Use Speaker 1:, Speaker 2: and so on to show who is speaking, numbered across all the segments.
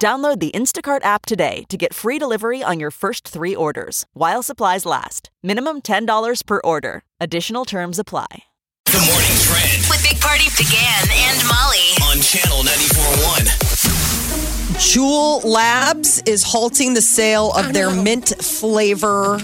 Speaker 1: Download the Instacart app today to get free delivery on your first three orders while supplies last. Minimum $10 per order. Additional terms apply.
Speaker 2: The morning trend
Speaker 3: With Big Party began and Molly.
Speaker 2: on channel 941.
Speaker 4: Jewel Labs is halting the sale of their mint flavor,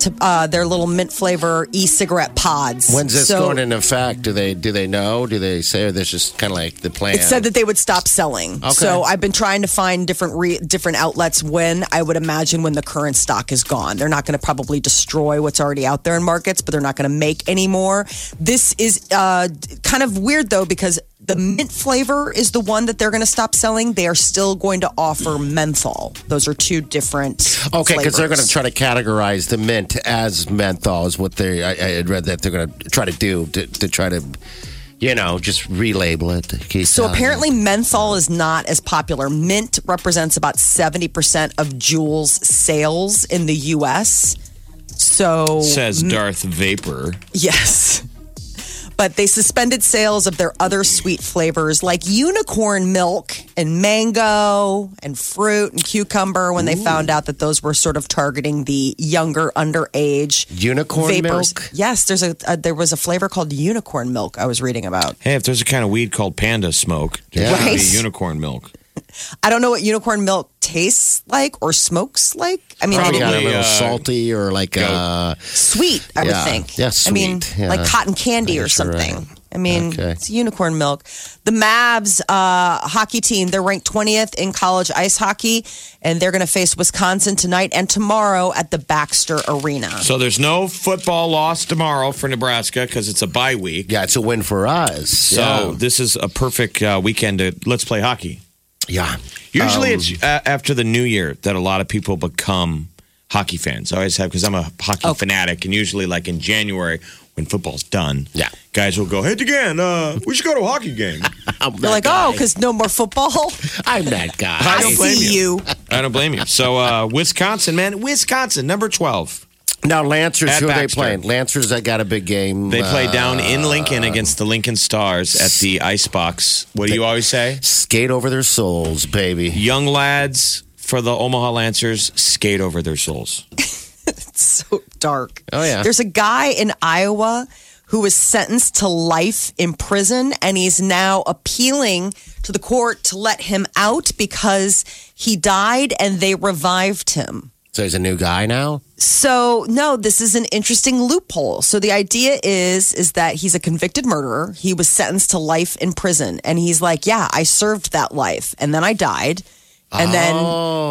Speaker 4: to, uh, their little mint flavor e-cigarette pods.
Speaker 5: When's this
Speaker 4: So
Speaker 5: going into effect? Do they do they know? Do they say or this is kind of like the plan?
Speaker 4: It said that they would stop selling.
Speaker 5: Okay.
Speaker 4: So I've been trying to find different re- different outlets. When I would imagine when the current stock is gone, they're not going to probably destroy what's already out there in markets, but they're not going to make any more. This is uh, kind of weird though because. The mint flavor is the one that they're going to stop selling. They are still going to offer menthol. Those are two different.
Speaker 5: okay, because they're going to
Speaker 4: flavors.
Speaker 5: try to categorize the mint as menthol is what they. I, I had read that they're going to try to do to, to try to, you know, just relabel it. Keep
Speaker 4: So
Speaker 5: selling it.
Speaker 4: apparently, menthol is not as popular. Mint represents about 70% of Juul's sales in the US. So,
Speaker 6: Says Darth Vapor.
Speaker 4: yes. But they suspended sales of their other sweet flavors like unicorn milk and mango and fruit and cucumber when they found out that those were sort of targeting the younger, underage
Speaker 5: unicorn
Speaker 4: vapors.
Speaker 5: milk.
Speaker 4: Yes, there's a, a there was a flavor called unicorn milk I was reading about.
Speaker 6: Hey, if there's a kind of weed called panda smoke, there's
Speaker 5: Yeah.
Speaker 6: gonna be
Speaker 4: Right.
Speaker 6: unicorn milk.
Speaker 4: I don't know what unicorn milk tastes like or smokes like. I mean, I
Speaker 5: Probably got a
Speaker 4: didn't,
Speaker 6: Probably,
Speaker 5: little
Speaker 6: uh,
Speaker 5: salty or like uh,
Speaker 4: sweet, I
Speaker 5: Yeah.
Speaker 4: would think.
Speaker 5: Yeah,
Speaker 4: I mean,
Speaker 5: sweet. Yeah.
Speaker 4: like cotton candy or
Speaker 5: you're
Speaker 4: something.
Speaker 5: right.
Speaker 4: I mean,
Speaker 5: Okay.
Speaker 4: it's unicorn milk. The Mavs uh, hockey team, they're ranked 20th in college ice hockey, and they're going to face Wisconsin tonight and tomorrow at the Baxter Arena.
Speaker 6: So there's no football loss tomorrow for Nebraska because it's a bye week.
Speaker 5: yeah, it's a win for us.
Speaker 6: So this is a perfect uh, weekend to let's play hockey.
Speaker 5: yeah,
Speaker 6: Usually it's uh, after the new year that a lot of people become hockey fans. I always have because I'm a hockey fanatic, and usually like in January when football's done,
Speaker 5: Yeah.
Speaker 6: guys will go, "Hey, again, uh, we should go to a hockey game."
Speaker 5: I'm
Speaker 4: They're like,
Speaker 5: that guy.
Speaker 4: oh, because no more football.
Speaker 5: I'm that guy.
Speaker 6: I don't blame
Speaker 4: see
Speaker 6: you.
Speaker 4: you.
Speaker 6: I don't blame you. So uh, Wisconsin, man, Wisconsin, number twelve.
Speaker 5: Now Lancers,
Speaker 6: At
Speaker 5: who are they
Speaker 6: Baxter.
Speaker 5: playing? Lancers, that got a big game.
Speaker 6: They play
Speaker 5: uh,
Speaker 6: down in Lincoln against the Lincoln Stars at the Icebox. What do you always say?
Speaker 5: skate over their souls, baby.
Speaker 6: Young lads for the Omaha Lancers skate over their souls.
Speaker 4: so dark.
Speaker 5: Oh, yeah.
Speaker 4: There's a guy in Iowa who was sentenced to life in prison and he's now appealing to the court to let him out because he died and they revived him.
Speaker 5: So he's a new guy now.
Speaker 4: So, no, this is an interesting loophole. So the idea is is that he's a convicted murderer. He was sentenced to life in prison and he's like, "Yeah, I served that life and then I died." And then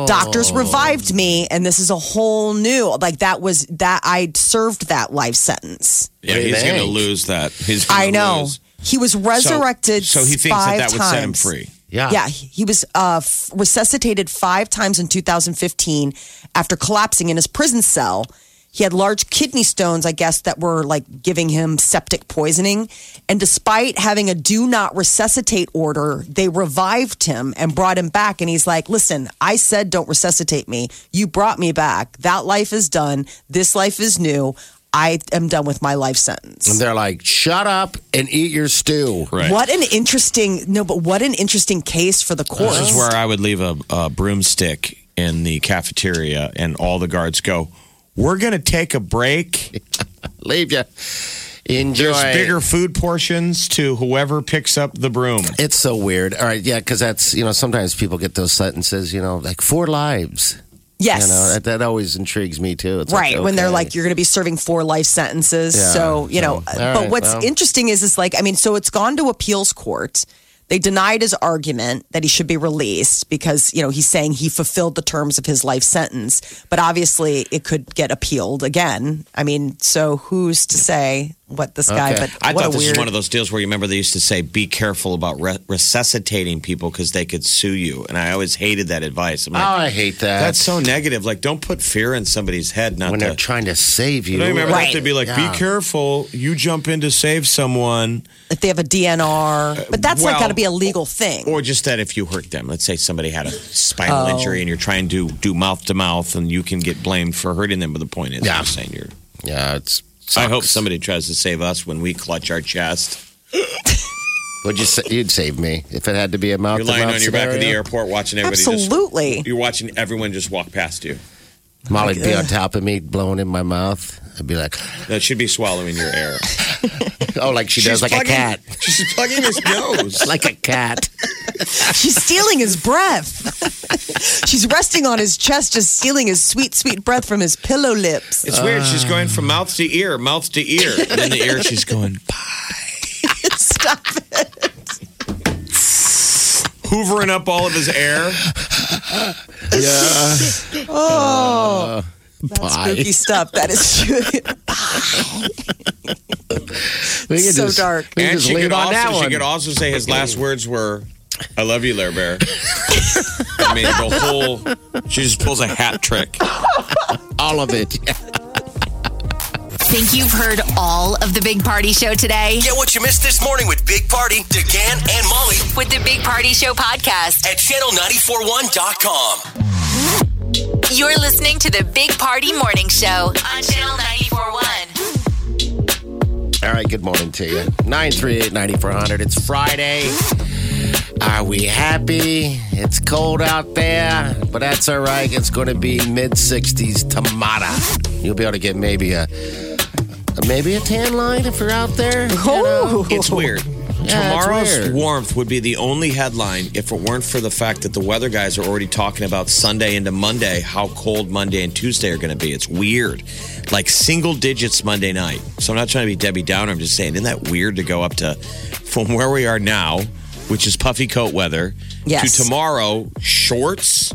Speaker 4: doctors revived me and this is a whole new like that was that I served that life sentence.
Speaker 6: Yeah,
Speaker 5: do you
Speaker 6: he's going to
Speaker 5: think?
Speaker 6: lose that. He's gonna
Speaker 4: I know.
Speaker 6: lose.
Speaker 4: He was resurrected
Speaker 6: So, so he thinks
Speaker 4: five
Speaker 6: that that would set him
Speaker 4: times.
Speaker 6: free.
Speaker 5: Yeah.
Speaker 4: Yeah, he he was uh, f- resuscitated five times in 2015 after collapsing in his prison cell. He had large kidney stones, I guess, that were like giving him septic poisoning. And despite having a do not resuscitate order, they revived him and brought him back. And he's like, listen, I said don't resuscitate me. You brought me back. That life is done. This life is new. I am done with my life sentence.
Speaker 5: And they're like, shut up and eat your stew.
Speaker 6: Right.
Speaker 4: What an interesting no, but what an interesting case for the court.
Speaker 6: This is where I would leave a, a broomstick in the cafeteria, and all the guards go, "We're going to take a break."
Speaker 5: Leave you. Enjoy.
Speaker 6: There's bigger food portions to whoever picks up the broom.
Speaker 5: It's so weird. All right. Yeah. Cause that's, you know, sometimes people get those sentences, you know, like four lives.
Speaker 4: Yes.
Speaker 5: You know, that, that always intrigues me too. It's
Speaker 4: right
Speaker 5: Like,
Speaker 4: when they're
Speaker 5: okay.
Speaker 4: like you're going to be serving four life sentences
Speaker 5: Yeah,
Speaker 4: so you know uh,
Speaker 5: so, all
Speaker 4: but
Speaker 5: right,
Speaker 4: what's
Speaker 5: well.
Speaker 4: interesting is is like i mean so it's gone to appeals court they denied his argument that he should be released because you know he's saying he fulfilled the terms of his life sentence but obviously it could get appealed again i mean so who's to say what this guy,
Speaker 5: Okay.
Speaker 4: but
Speaker 6: I
Speaker 4: what a
Speaker 6: thought this
Speaker 4: weird.
Speaker 6: was one of those deals where you remember they used to say, "Be careful about re- resuscitating people because they could sue you," and I always hated that advice. I'm
Speaker 5: Oh,
Speaker 6: like,
Speaker 5: I hate that.
Speaker 6: that's so negative. Like, don't put fear in somebody's head. Not
Speaker 5: when
Speaker 6: to.
Speaker 5: they're trying to save you.
Speaker 6: I remember
Speaker 4: Right.
Speaker 6: that to be like,
Speaker 5: Yeah.
Speaker 6: "Be careful! You jump in to save someone."
Speaker 4: if they have a DNR, but that's like
Speaker 6: well-
Speaker 4: got to be a legal thing.
Speaker 6: Or just that if you hurt them, let's say somebody had a spinal
Speaker 5: Oh.
Speaker 6: injury and you're trying to do mouth to mouth and you can get blamed for hurting them. But the point is,
Speaker 5: Yeah.
Speaker 6: I'm saying you're.
Speaker 5: Yeah, it's.
Speaker 6: I hope
Speaker 5: sucks.
Speaker 6: somebody tries to save us when we clutch our chest.
Speaker 5: Would you say, you'd save me if it had to be a mouth.
Speaker 6: You're lying on your back at the airport watching everybody.
Speaker 4: Absolutely.
Speaker 6: Just, you're watching everyone just walk past you.
Speaker 5: Molly'd be on top of me, blowing in my mouth. I'd be like,
Speaker 6: That should be swallowing your air.
Speaker 5: oh, like she does, like a cat,
Speaker 6: She's plugging his nose.
Speaker 5: like a cat.
Speaker 4: She's stealing his breath. She's resting on his chest, just stealing his sweet, sweet breath from his pillow lips.
Speaker 6: It's weird. She's going from mouth to ear, mouth to ear. And in the ear, she's going,
Speaker 4: Stop it.
Speaker 6: hoovering up all of his air.
Speaker 5: Yeah.
Speaker 4: That's
Speaker 5: Bye.
Speaker 4: spooky stuff. That is
Speaker 5: We can
Speaker 4: So
Speaker 5: just,
Speaker 4: dark.
Speaker 5: We can
Speaker 6: and
Speaker 5: just
Speaker 6: she
Speaker 5: leave
Speaker 6: could,
Speaker 5: on
Speaker 6: also,
Speaker 5: that
Speaker 6: she
Speaker 5: one.
Speaker 6: could also say his last words were, I love you, Lair Bear. I mean, the whole, she just pulls a hat trick.
Speaker 5: All of it.
Speaker 3: Think you've heard all of the Big Party Show today?
Speaker 2: Get what you missed this morning with Big Party, DeGan, and Molly
Speaker 3: With the Big Party Show podcast,
Speaker 2: at channel941.com.
Speaker 3: you're listening to the Big Party Morning Show on Channel 941.
Speaker 5: All right, good morning to you. 938-9400. It's Friday. Are we happy? It's cold out there, but that's all right. It's going to be mid-60s tomorrow. You'll be able to get maybe a maybe a tan line if you're out there. you
Speaker 4: Oh.
Speaker 5: know?
Speaker 6: It's weird.
Speaker 5: Yeah, it's
Speaker 6: Tomorrow's
Speaker 5: weird.
Speaker 6: warmth would be the only headline if it weren't for the fact that the weather guys are already talking about Sunday into Monday, how cold Monday and Tuesday are going to be. It's weird. Like single digits Monday night. So I'm not trying to be Debbie Downer. I'm just saying, isn't that weird to go up to from where we are now, which is puffy coat weather,
Speaker 4: Yes.
Speaker 6: to tomorrow, shorts,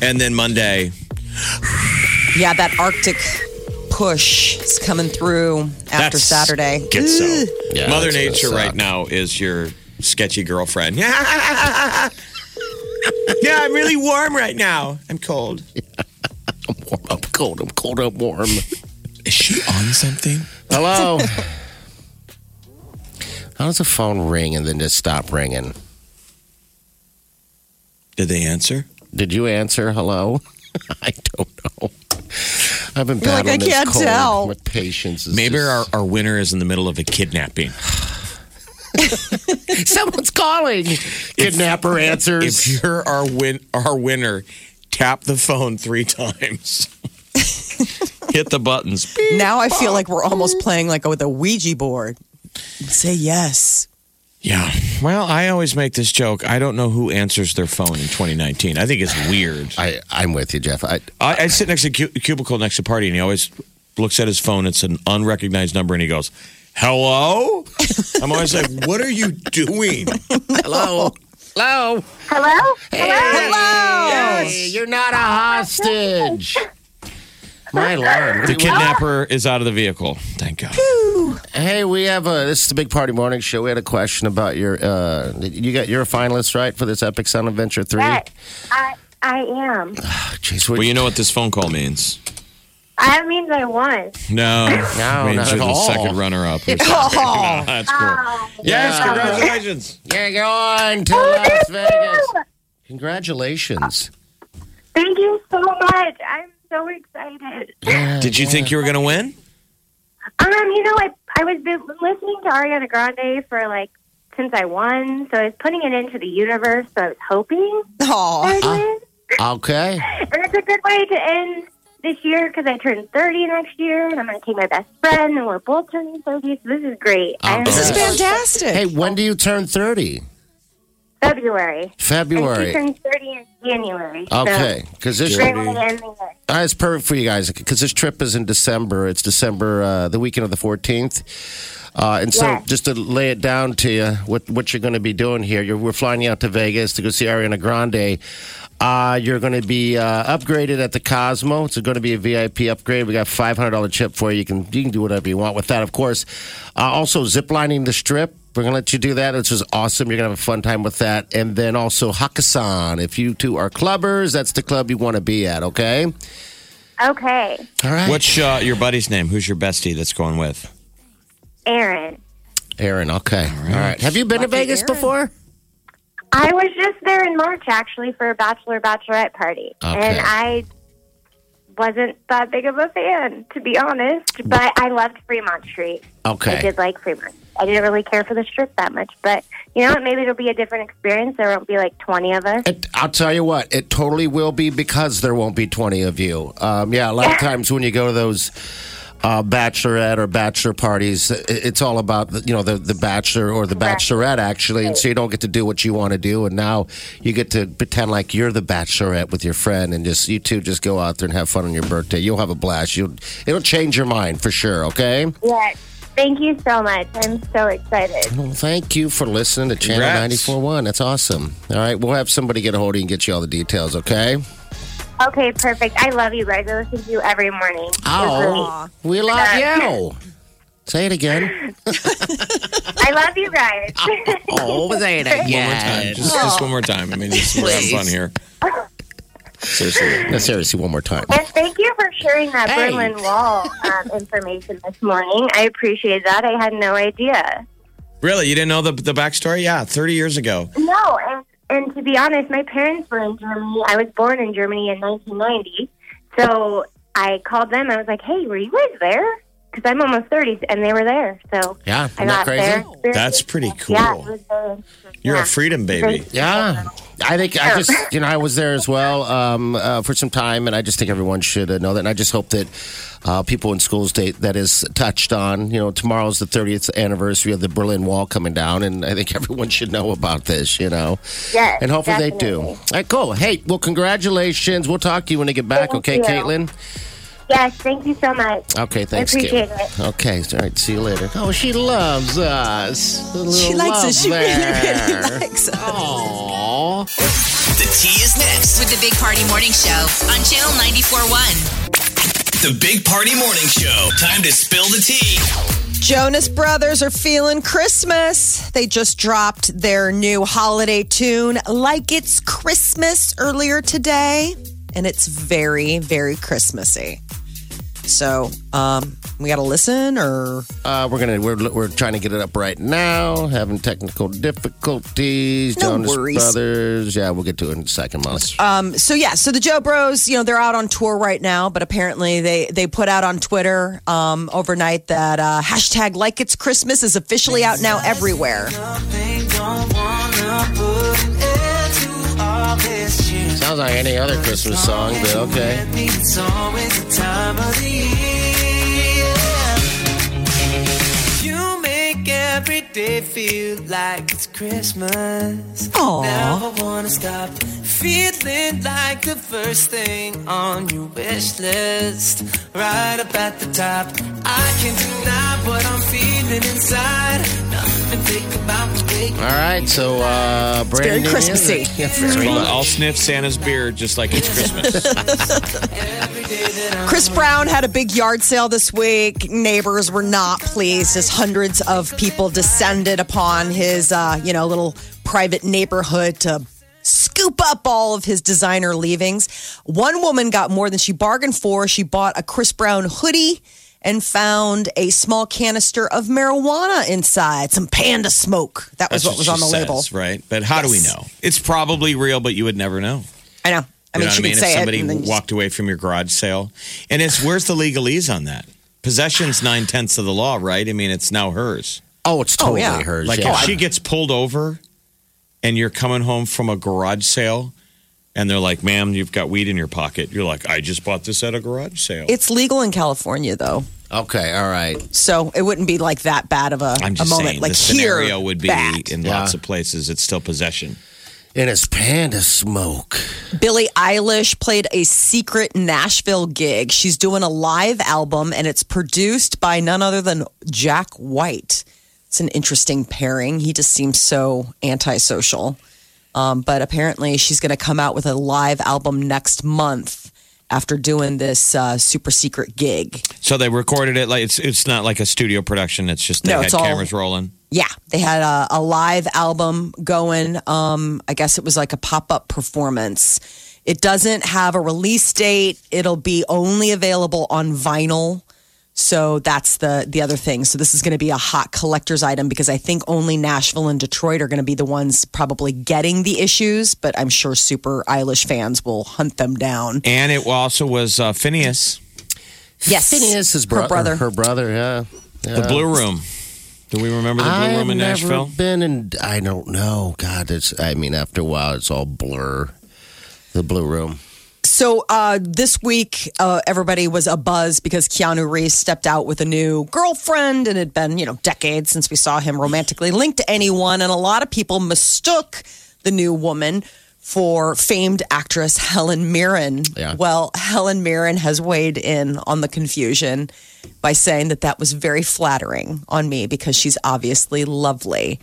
Speaker 6: and then Monday,
Speaker 4: yeah, that Arctic push is coming through after
Speaker 6: That's-
Speaker 4: Saturday.
Speaker 6: Get so.
Speaker 5: Yeah,
Speaker 6: Mother
Speaker 5: that's gonna
Speaker 6: Nature right
Speaker 5: suck.
Speaker 6: now is your sketchy girlfriend. yeah, I'm really warm right now. I'm cold.
Speaker 5: warm. Oh, I'm cold. I'm cold. I'm warm.
Speaker 6: Is she on something?
Speaker 5: Hello. How does a phone ring and then just stop ringing?
Speaker 6: Did they answer?
Speaker 5: Did you answer hello? I don't know. I've been
Speaker 4: You're like,
Speaker 5: battling
Speaker 4: I
Speaker 5: this
Speaker 4: can't
Speaker 5: cold.
Speaker 4: tell.
Speaker 5: My patience is
Speaker 6: Maybe
Speaker 5: just-
Speaker 6: our, our winner is in the middle of a kidnapping.
Speaker 5: someone's calling. Kidnapper
Speaker 6: If
Speaker 5: answers.
Speaker 6: you're our win our winner, tap the phone three times. Hit the buttons. Beep.
Speaker 4: Now I feel like we're almost playing like with a Ouija board. Say yes.
Speaker 6: Yeah. Well, I always make this joke. I don't know who answers their phone in 2019. I think it's weird.
Speaker 5: I, I'm with you, Jeff. I,
Speaker 6: I, I sit next to cu- cubicle next to party, and he always looks at his phone. It's an unrecognized number, and he goes, "Hello." I'm always like, "What are you doing?"
Speaker 4: Oh.
Speaker 5: hello. Hello.
Speaker 7: Hello? Hello?
Speaker 5: Hello. You're not a hostage. My lord.
Speaker 6: The kidnapper is out of the vehicle. Thank God.
Speaker 5: Hey, we have a. This is the Big Party Morning Show. We had a question about your. Uh, you got you're a finalist, right, for this Epic Sun Adventure three. Oh,
Speaker 7: Yes, I, I am.
Speaker 5: Jeez,
Speaker 6: Well,
Speaker 5: we,
Speaker 6: you know what this phone call means.
Speaker 7: That means I won.
Speaker 6: No,
Speaker 5: No,
Speaker 6: means
Speaker 5: not
Speaker 6: you're
Speaker 5: at
Speaker 6: the
Speaker 5: all. Oh.
Speaker 6: second runner-up. or something. No, that's cool.
Speaker 5: Ah.
Speaker 6: Yes, congratulations.
Speaker 5: you're going to Las Vegas. Congratulations.
Speaker 7: Thank you so much. I'm so excited.
Speaker 6: Did you think you were going to win?
Speaker 7: Um, you know, I I was been listening to Ariana Grande for like since I won, so I was putting it into the universe. So I was hoping
Speaker 4: Aw.
Speaker 5: Ah.
Speaker 7: I'd win,
Speaker 5: Okay.
Speaker 7: and it's a good way to end this year because I turn 30 next year, and I'm going to take my best friend, and we're both turning 30. So this is great. I am
Speaker 5: This
Speaker 4: This is
Speaker 7: so excited.
Speaker 4: fantastic.
Speaker 5: Hey, when do you turn thirty?
Speaker 7: February. And she
Speaker 5: February.
Speaker 7: turns 30 in January.
Speaker 5: Okay, because this
Speaker 7: So great way to end the year.
Speaker 5: Uh, it's perfect for you guys because this trip is in December. It's December, uh, the weekend of the 14th. Uh, and so,
Speaker 7: Yes.
Speaker 5: just to lay it down to you, what, what you're going to be doing here, you're, we're flying you out to Vegas to go see Ariana Grande. Uh, you're going to be uh, upgraded at the Cosmo. It's going to be a VIP upgrade. We got $500 chip for you. You can you can do whatever you want with that, of course. Uh, also, ziplining the strip. We're going to let you do that. It's just awesome. You're going to have a fun time with that. And then also Hakkasan. If you two are clubbers, that's the club you want to be at, okay? All
Speaker 7: Okay,
Speaker 5: right.
Speaker 6: What's uh, your buddy's name? Who's your bestie that's going with?
Speaker 7: Aaron.
Speaker 5: Aaron, okay. All right. Have you been to Vegas before?
Speaker 7: I was just there in March actually for a bachelor bachelorette party,
Speaker 5: Okay.
Speaker 7: and I wasn't that big of a fan to be honest. But I loved Fremont Street. I
Speaker 5: Okay.
Speaker 7: did like Fremont. I didn't really care for the strip that much, but you know what? Maybe it'll be a different experience. There won't be like twenty of us.
Speaker 5: It, I'll tell you what, it totally will be because there won't be 20 of you. Um, yeah, a lot of times when you go to those uh, bachelorette or bachelor parties, i- it's all about, the- you know, the, the bachelor or the bachelorette, actually. And so you don't get to do what you want to do. And now you get to pretend like you're the bachelorette with your friend and just, you two just go out there and have fun on your birthday. You'll have a blast. You'll, it'll change your mind for sure, okay?
Speaker 7: Yeah. Thank you so much. I'm so excited.
Speaker 5: Well, thank you for listening to Channel
Speaker 6: Congrats.
Speaker 5: 94.1. That's awesome. All right, we'll have somebody get a hold of you and get you all the details, okay?
Speaker 7: Okay, perfect. I love you guys. I listen to you every morning.
Speaker 5: Oh, we love you. Say it again.
Speaker 7: I love you guys.
Speaker 5: Oh, say it
Speaker 6: One more
Speaker 5: Uh,
Speaker 6: time. Just,
Speaker 5: oh.
Speaker 6: just one more time. I mean, just, we're having fun here. Seriously.
Speaker 5: No, seriously, one more time.
Speaker 7: And thank you for sharing that
Speaker 5: Hey.
Speaker 7: Berlin Wall um, information this morning. I appreciate that. I had no idea.
Speaker 6: Really? You didn't know the, the backstory? Yeah, 30 years ago.
Speaker 7: No, and, and to be honest, my parents were in Germany. I was born in Germany in 1990. So I called them. I was like, hey, were you guys there? Because I'm almost 30, and they were there. So
Speaker 5: Yeah,
Speaker 7: I
Speaker 5: isn't that
Speaker 7: got
Speaker 5: crazy?
Speaker 7: there.
Speaker 6: That's pretty cool.
Speaker 7: Yeah, it was very interesting.
Speaker 6: You're
Speaker 7: Yeah.
Speaker 6: a freedom baby.
Speaker 5: Yeah. I think I just, you know, I was there as well um, uh, for some time, and I just think everyone should uh, know that. And I just hope that uh, people in schools they, that is touched on. You know, tomorrow's the 30th anniversary of the Berlin Wall coming down, and I think everyone should know about this, you know.
Speaker 7: Yes,
Speaker 5: And hopefully they do.
Speaker 7: definitely.
Speaker 5: All right, cool. Hey, well, congratulations. We'll talk to you when they get back,
Speaker 7: Thank
Speaker 5: okay,
Speaker 7: you.
Speaker 5: Caitlin?
Speaker 7: Yes, thank you so much.
Speaker 5: Okay, thanks. Kate.
Speaker 7: Appreciate it.
Speaker 5: Okay, all right. See you later. Oh, she loves us.
Speaker 4: She likes us. She really, really likes us.
Speaker 5: Aww.
Speaker 2: The tea is next.
Speaker 3: With the Big Party Morning Show on Channel 94.1.
Speaker 2: The Big Party Morning Show. Time to spill the tea.
Speaker 4: Jonas Brothers are feeling Christmas. They just dropped their new holiday tune, Like It's Christmas, earlier today. And it's very, very Christmassy. So um, we got to listen or.
Speaker 5: Uh, we're gonna we're we're trying to get it up right now. Having technical difficulties.
Speaker 4: No
Speaker 5: Jonas
Speaker 4: worries. Uh,
Speaker 5: Brothers. Yeah, we'll get to it in a second, Molly.
Speaker 4: um, so yeah, so the Joe Bros, you know, they're out on tour right now, but apparently they they put out on Twitter um, overnight that uh, hashtag Like It's Christmas is officially out now everywhere.
Speaker 5: Sounds like any other Christmas song, but okay.
Speaker 8: You make every day feel like it's Christmas.
Speaker 4: Aww.
Speaker 8: Never wanna stop feeling like the first thing on your wish list. Right up at the top, I can't deny what I'm feeling inside. Nothing to think about the way
Speaker 5: All right, so uh, brand
Speaker 4: very
Speaker 5: new
Speaker 4: Christmassy.
Speaker 5: music. Yeah, very
Speaker 6: Well, I'll
Speaker 5: much.
Speaker 6: sniff Santa's beard just like it's Christmas.
Speaker 8: every day that I'm
Speaker 4: Chris Brown had a big yard sale this week. Neighbors were not pleased as hundreds of people descended upon his, uh, you know, little private neighborhood to scoop up all of his designer leavings. One woman got more than she bargained for. She bought a Chris Brown hoodie and found a small canister of marijuana inside, some panda smoke. That was
Speaker 6: That's
Speaker 4: what was on
Speaker 6: she
Speaker 4: the label.
Speaker 6: says, right? But how do we
Speaker 4: Yes.
Speaker 6: know? It's probably real, but you would never know.
Speaker 4: I know. I
Speaker 6: You
Speaker 4: mean,
Speaker 6: know what
Speaker 4: she
Speaker 6: I mean?
Speaker 4: could
Speaker 6: If
Speaker 4: say
Speaker 6: somebody
Speaker 4: it. and then just-
Speaker 6: walked away from your garage sale, and it's where's the legalese on that? Possession's nine tenths of the law, right? I mean, it's now hers.
Speaker 5: Oh, it's totally
Speaker 4: yeah. oh,
Speaker 5: hers.
Speaker 6: Like
Speaker 5: yeah.
Speaker 6: if she gets pulled over, and you're coming home from a garage sale, and they're like, "Ma'am, you've got weed in your pocket," you're like, "I just bought this at a garage sale."
Speaker 4: It's legal in California, though.
Speaker 5: okay, all right.
Speaker 4: So it wouldn't be like that bad of a,
Speaker 6: I'm
Speaker 4: a
Speaker 6: just
Speaker 4: moment.
Speaker 6: saying
Speaker 4: like
Speaker 6: the
Speaker 4: here,
Speaker 6: scenario would be
Speaker 4: bad.
Speaker 6: in
Speaker 5: Yeah.
Speaker 6: lots of places. It's still possession.
Speaker 5: And it's panda smoke.
Speaker 4: Billie Eilish played a secret Nashville gig. She's doing a live album, and it's produced by none other than Jack White. It's an interesting pairing. He just seems so antisocial. Um, but apparently, she's going to come out with a live album next month after doing this uh, super secret gig.
Speaker 6: So they recorded it like it's it's not like a studio production. It's just they
Speaker 4: No,
Speaker 6: had
Speaker 4: it's all-
Speaker 6: cameras rolling.
Speaker 4: Yeah, they had a, a live album going. Um, I guess it was like a pop up performance. It doesn't have a release date. It'll be only available on vinyl. So that's the the other thing. So this is going to be a hot collector's item because I think only Nashville and Detroit are going to be the ones probably getting the issues. But I'm sure Super Eilish fans will hunt them down.
Speaker 6: And it also was uh, Phineas,
Speaker 4: Yes,
Speaker 5: Phineas is
Speaker 4: her brother.
Speaker 5: Her brother, yeah.
Speaker 6: the Blue
Speaker 4: Uh,
Speaker 6: Room. Do we remember the Blue
Speaker 5: I've
Speaker 6: Room in
Speaker 5: never
Speaker 6: Nashville?
Speaker 5: been in. I don't know. God, it's. I mean, after a while, it's all blur. The Blue Room.
Speaker 4: So uh, this week, uh, everybody was abuzz because Keanu Reeves stepped out with a new girlfriend, and it had been you know decades since we saw him romantically linked to anyone, and a lot of people mistook the new woman for famed actress Helen Mirren.
Speaker 5: Yeah.
Speaker 4: Well, Helen Mirren has weighed in on the confusion by saying that that was very flattering on me because she's obviously lovely.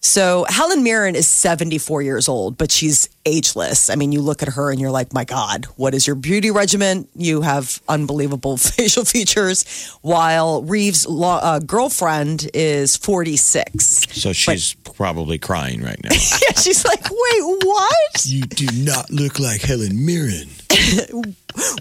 Speaker 4: So Helen Mirren is 74 years old, but she's ageless. I mean, you look at her and you're like, my God, what is your beauty regimen? You have unbelievable facial features. While Reeves' law, uh, girlfriend is 46.
Speaker 6: So she's probably crying right now.
Speaker 4: yeah, she's like, wait, what?
Speaker 9: You do not look like Helen Mirren.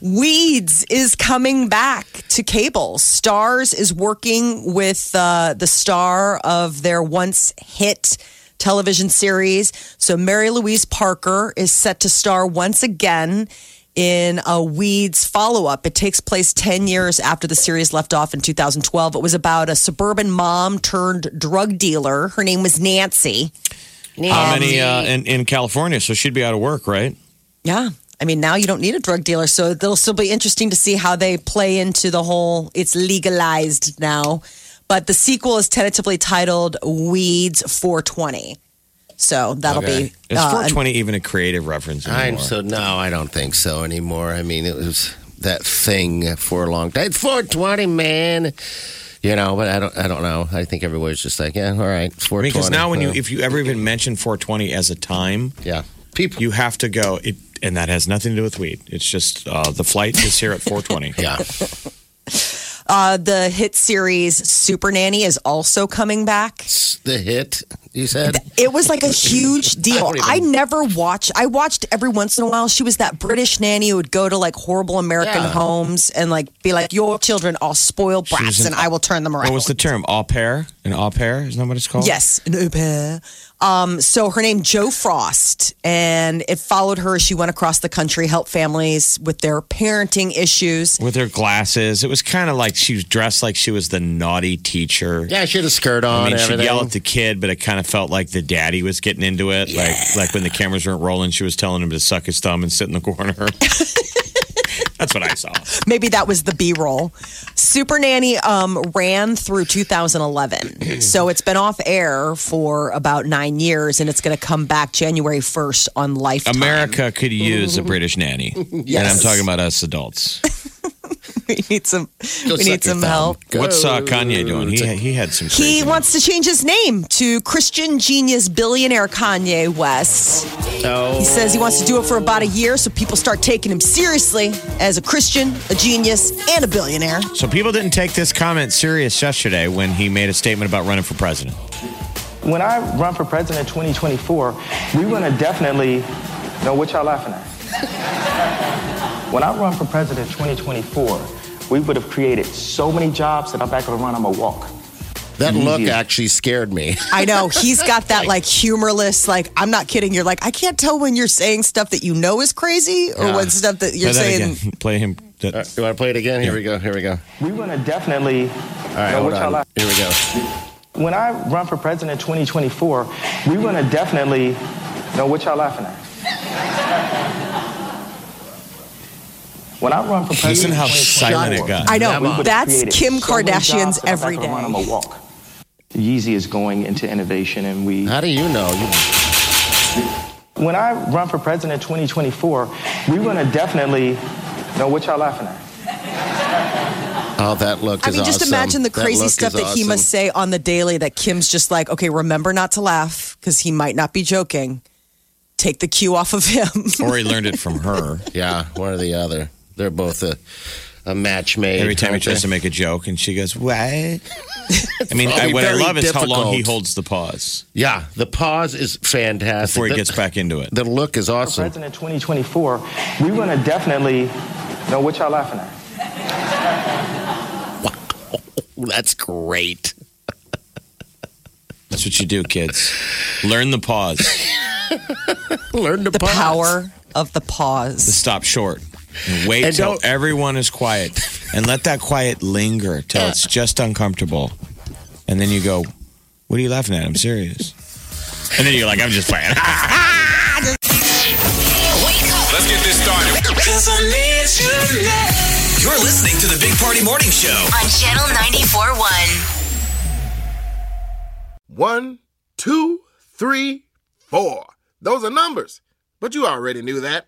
Speaker 4: Weeds is coming back to cable. Stars is working with uh, the star of their once hit television series. So Mary Louise Parker is set to star once again in a Weeds follow up. It takes place 10 years after the series left off in 2012. It was about a suburban mom turned drug dealer. Her name was Nancy.
Speaker 6: How many uh, in, in California? So she'd be out of work, right?
Speaker 4: Yeah. I mean, now you don't need a drug dealer. So it'll still be interesting to see how they play into the whole it's legalized now. But the sequel is tentatively titled Weeds 420. So that'll
Speaker 5: Okay.
Speaker 4: be.
Speaker 6: Is
Speaker 4: uh,
Speaker 6: 420 even a creative reference anymore?
Speaker 5: I'm so no, I don't think so anymore. I mean, it was that thing for a long time. It's 420, man. You know, but I don't. I don't know. I think everybody's just like, yeah, all right, it's
Speaker 6: I
Speaker 5: 420.
Speaker 6: mean, because now when you
Speaker 5: uh,
Speaker 6: if you ever even mention 420 as a time,
Speaker 5: yeah, people.
Speaker 6: you have to go. It, and that has nothing to do with weed. It's just uh, the flight is here at 420.
Speaker 5: yeah,
Speaker 4: uh, the hit series Super Nanny is also coming back.
Speaker 5: It's the hit you said.
Speaker 4: It was like a huge deal.
Speaker 5: don't even-
Speaker 4: I, never watched. I watched every once in a while. She was that British nanny who would go to like horrible American
Speaker 5: Yeah.
Speaker 4: homes and like be like, "Your children are spoiled brats,
Speaker 6: an-
Speaker 4: and I will turn them around."
Speaker 6: What was the term? Au pair? An au pair? Isn't that what it's called?
Speaker 4: Yes, an au pair. Um, so her name Joe Frost, and it followed her as she went across the country, helped families with their parenting issues.
Speaker 6: With her glasses. It was kind of like she was dressed like she was the naughty teacher.
Speaker 5: Yeah, she had a skirt on.
Speaker 6: I mean,
Speaker 5: and
Speaker 6: she'd
Speaker 5: everything.
Speaker 6: yell at the kid, but it kind of felt like the daddy was getting into it. Like, like when the cameras weren't rolling, she was telling him to suck his thumb and sit in the corner. That's what I saw.
Speaker 4: Maybe that was the B roll. Super Nanny um, ran through 2011, so it's been off air for about nine years, and it's going to come back January 1st on Lifetime.
Speaker 6: America could use a British nanny, and I'm talking about us adults.
Speaker 4: we need some.
Speaker 5: Go
Speaker 4: we
Speaker 5: suck
Speaker 4: need
Speaker 5: your
Speaker 4: some
Speaker 5: thumb.
Speaker 4: help.
Speaker 5: Go.
Speaker 6: What's uh, Kanye doing? He he had some.
Speaker 4: He
Speaker 6: crazy-
Speaker 4: wants to change his name to Christian genius billionaire Kanye West.
Speaker 6: Oh.
Speaker 4: He says he wants to do it for about a year so people start taking him seriously as a Christian, a genius, and a billionaire.
Speaker 6: So people didn't take this comment serious yesterday when he made a statement about running for president.
Speaker 10: When I run for president in 2024, we're going to definitely know what y'all laughing at. when I run for president in 2024, we would have created so many jobs that I'm back going to run, I'm going to walk.
Speaker 5: that look actually scared me.
Speaker 4: I know he's got that like humorless, like I'm not kidding. You're like I can't tell when you're saying stuff that you know is crazy or when stuff that you're
Speaker 6: Play that
Speaker 4: saying.
Speaker 6: again. Play him.
Speaker 5: All right, Uh, you want to play it again? Here we go. Here we go.
Speaker 10: We're going to definitely
Speaker 5: All right,
Speaker 10: know
Speaker 5: hold
Speaker 10: what y'all
Speaker 5: on.
Speaker 10: laughing
Speaker 5: Here we go.
Speaker 10: When I run for president in 2024, we're going to definitely know what y'all laughing at. when I run for president
Speaker 6: Listen how
Speaker 10: in 2024,
Speaker 6: silent it got.
Speaker 4: I
Speaker 5: Come
Speaker 4: know
Speaker 5: on.
Speaker 4: that's Kim Kardashian's every
Speaker 10: every
Speaker 4: day.
Speaker 10: walk. Yeezy is going into innovation, and we.
Speaker 5: How do you know? You,
Speaker 10: When I run for president in 2024, we're going to definitely know what y'all laughing at.
Speaker 5: oh, that look
Speaker 4: I
Speaker 5: is
Speaker 4: mean, just
Speaker 5: awesome.
Speaker 4: imagine the
Speaker 5: That
Speaker 4: crazy
Speaker 5: look
Speaker 4: stuff
Speaker 5: is
Speaker 4: that he
Speaker 5: awesome.
Speaker 4: must say on the daily that Kim's just like, okay, remember not to laugh because he might not be joking. take the cue off of him.
Speaker 6: Or he learned it from her.
Speaker 5: Yeah, one or the other. They're both a, a match made.
Speaker 6: Every time he
Speaker 5: aren't
Speaker 6: tries to
Speaker 5: they?
Speaker 6: make a joke, and she goes, "What?" I mean, I,
Speaker 5: probably
Speaker 6: what I
Speaker 5: very
Speaker 6: love is how long he
Speaker 5: difficult.
Speaker 6: holds the pause
Speaker 5: Yeah, the pause is fantastic.
Speaker 6: before he
Speaker 5: The-
Speaker 6: gets back into it.
Speaker 5: The look is awesome.
Speaker 10: President 2024, we want to definitely know what y'all laughing at.
Speaker 5: That's great.
Speaker 6: That's what you do, kids. Learn the pause,
Speaker 5: Learn to
Speaker 4: the
Speaker 5: pause.
Speaker 4: power of the
Speaker 6: to
Speaker 4: pause.
Speaker 6: stop short, and wait
Speaker 5: And
Speaker 6: till
Speaker 5: don't-
Speaker 6: everyone is quiet, and let that quiet linger till it's just uncomfortable, and then you go, "What are you laughing at? I'm serious." And then you're like, "I'm just playing."
Speaker 3: Wake up.
Speaker 2: Let's get this started. You're listening to the Big Party Morning Show.
Speaker 3: on Channel 94.1.
Speaker 11: One, two, three, four. Those are numbers. But you already knew that.